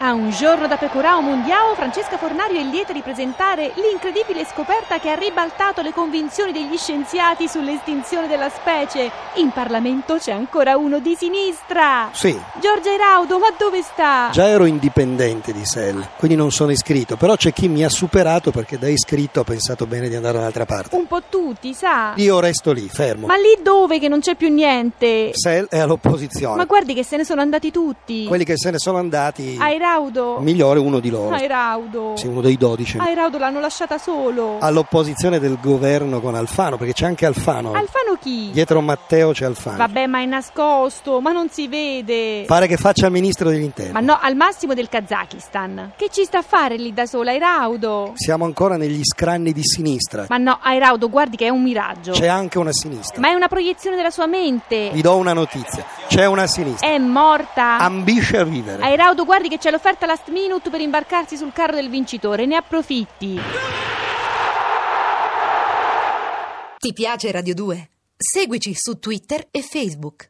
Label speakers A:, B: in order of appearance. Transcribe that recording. A: A un giorno da Pecorao Mondiao, Francesca Fornario è lieta di presentare l'incredibile scoperta che ha ribaltato le convinzioni degli scienziati sull'estinzione della specie. In Parlamento c'è ancora uno di sinistra.
B: Sì,
A: Giorgia Eraudo, ma dove sta?
B: già ero indipendente di Sell, quindi non sono iscritto, però c'è chi mi ha superato perché da iscritto ho pensato bene di andare dall'altra parte.
A: Un po' tutti, sa.
B: Io resto lì, fermo.
A: Ma lì dove che non c'è più niente?
B: Sell è
A: Ma
B: all'opposizione.
A: guardi che se ne sono andati tutti.
B: Quelli che se ne sono andati,
A: A Eraudo.
B: migliore uno di loro.
A: A Eraudo.
B: Sì, uno dei dodici.
A: A Eraudo l'hanno lasciata solo.
B: All'opposizione del governo con Alfano, perché c'è anche Alfano.
A: Alfano chi?
B: Dietro Matteo c'è Alfano.
A: Vabbè, ma è nascosto, ma non si vede.
B: Pare che faccia il ministro degli interni.
A: ma no, al massimo del Kazakistan. Che ci sta a fare lì da sola, Airaudo?
B: Siamo ancora negli scranni di sinistra.
A: Ma no, Airaudo, guardi che è un miraggio.
B: C'è anche una sinistra.
A: Ma è una proiezione della sua mente.
B: Vi do una notizia. C'è una sinistra.
A: È morta.
B: Ambisce a vivere.
A: Airaudo, guardi che c'è l'offerta last minute per imbarcarsi sul carro del vincitore, ne approfitti.
C: Ti piace Radio 2? Seguici su Twitter e Facebook.